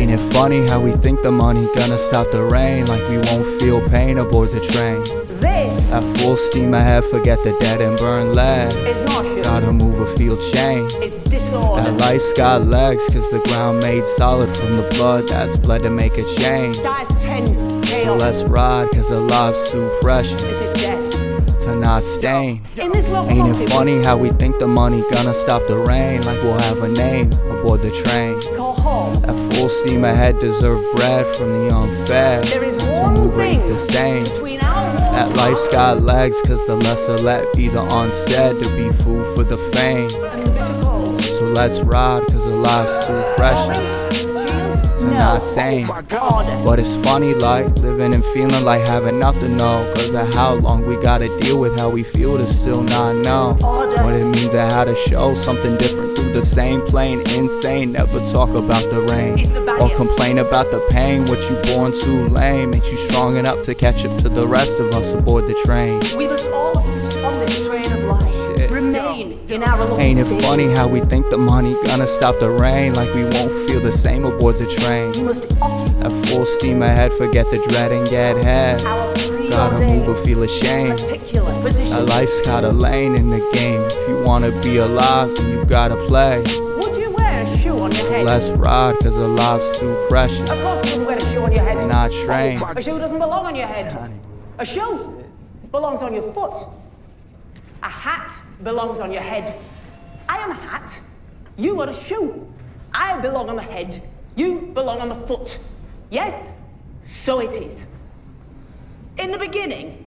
Ain't it funny how we think the money gonna stop the rain? Like we won't feel pain aboard the train. This At full steam ahead, forget the dead and burn lead. is nausea. Gotta move or feel change. It's disorder. That life's got legs, cause the ground made solid from the blood that's bled to make a change. Size 10 So chaos. let's ride, cause the life's too precious This is death. to not stain. In this Ain't locomotive, it funny how we think the money gonna stop the rain? Like we'll have a name aboard the train. call home. That full steam ahead deserve bread from the unfair. There is To one move ain't thing the same. Between our world That and life's ours, got legs, cause the lesser let be the unsaid to be food for the fame. and the bitter cold. So let's ride, cause the life's too precious Shields? to No. not sane. Order. But it's funny, like living and feeling like having nothing, no. Cause of how long we gotta deal with how we feel to still not know what it means and how to show something different through the same plane. Insane, never talk about the rain or complain about the pain. What you born too lame makes you strong enough to catch up to the rest of us aboard the train. We must all on this train of life Shit. remain in our local Ain't it state. funny how we think the money gonna stop the rain? Like we won't feel the same aboard the train. We must occupy At full steam ahead, forget the dread and get head. our Gotta move or preordained feel ashamed. particular position. That life's got a lane in the game. If you wanna be alive, then you gotta play. Would you wear a shoe on your head? Let's ride, cause a life's too precious. Of course you would wear a shoe on your head. Not trained. A shoe doesn't belong on your head. A shoe belongs on your foot. A hat belongs on your head. I am a hat. You are a shoe. I belong on the head. You belong on the foot. Yes? So it is. In the beginning,